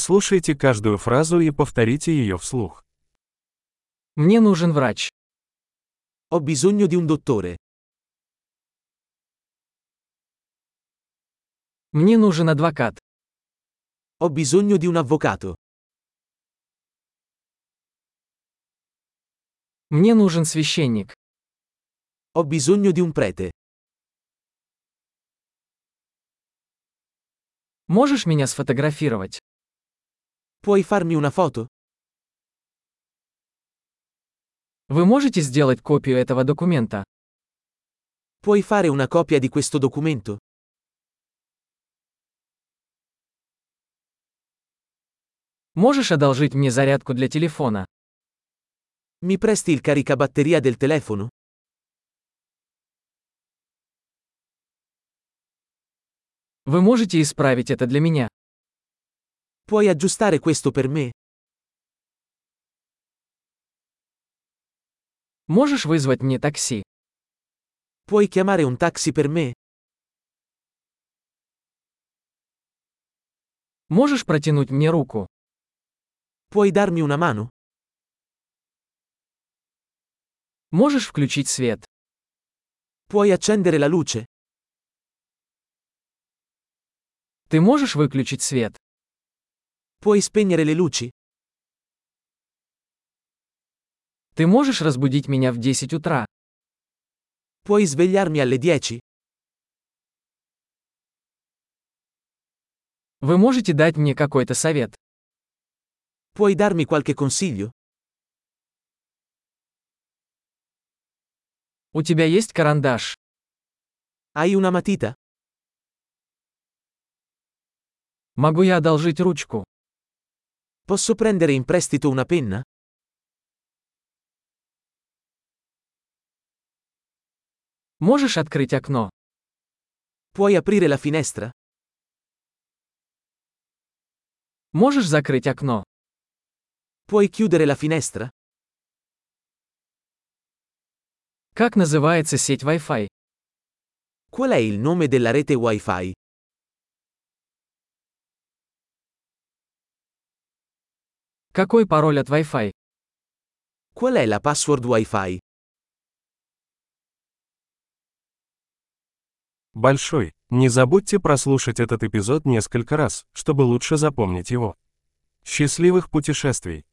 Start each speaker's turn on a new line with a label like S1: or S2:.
S1: Прослушайте каждую фразу и повторите ее вслух.
S2: Мне нужен врач.
S3: Ho bisogno di un dottore.
S2: Мне нужен адвокат.
S3: Ho bisogno di un avvocato.
S2: Мне нужен священник.
S3: Ho bisogno di un prete.
S2: Можешь меня сфотографировать?
S3: Puoi farmi una foto?
S2: Вы можете сделать копию этого документа?
S3: Puoi fare una copia di questo documento?
S2: Можешь одолжить мне зарядку для телефона?
S3: Mi presti il caricabatteria del telefono?
S2: Вы можете исправить это для меня?
S3: Puoi aggiustare questo per me?
S2: Можешь вызвать мне такси?
S3: Puoi chiamare un taxi per me?
S2: Можешь протянуть мне руку?
S3: Puoi darmi una mano?
S2: Можешь включить свет?
S3: Puoi accendere la luce?
S2: Ты можешь выключить свет?
S3: Puoi spegnere le luci?
S2: Ты можешь разбудить меня в 10 утра?
S3: Puoi svegliarmi alle 10?
S2: Вы можете дать мне какой-то совет?
S3: Puoi darmi qualche consiglio?
S2: У тебя есть карандаш?
S3: Hai una matita?
S2: Могу я одолжить ручку?
S3: Posso prendere in prestito una penna?
S2: Можешь открыть окно?
S3: Puoi aprire la finestra?
S2: Можешь закрыть окно?
S3: Puoi chiudere la finestra?
S2: Как называется сеть Wi-Fi?
S3: Qual è il nome della rete Wi-Fi?
S2: Какой пароль от Wi-Fi?
S3: Qual è la password Wi-Fi?
S1: Большой. Не забудьте прослушать этот эпизод несколько раз, чтобы лучше запомнить его. Счастливых путешествий!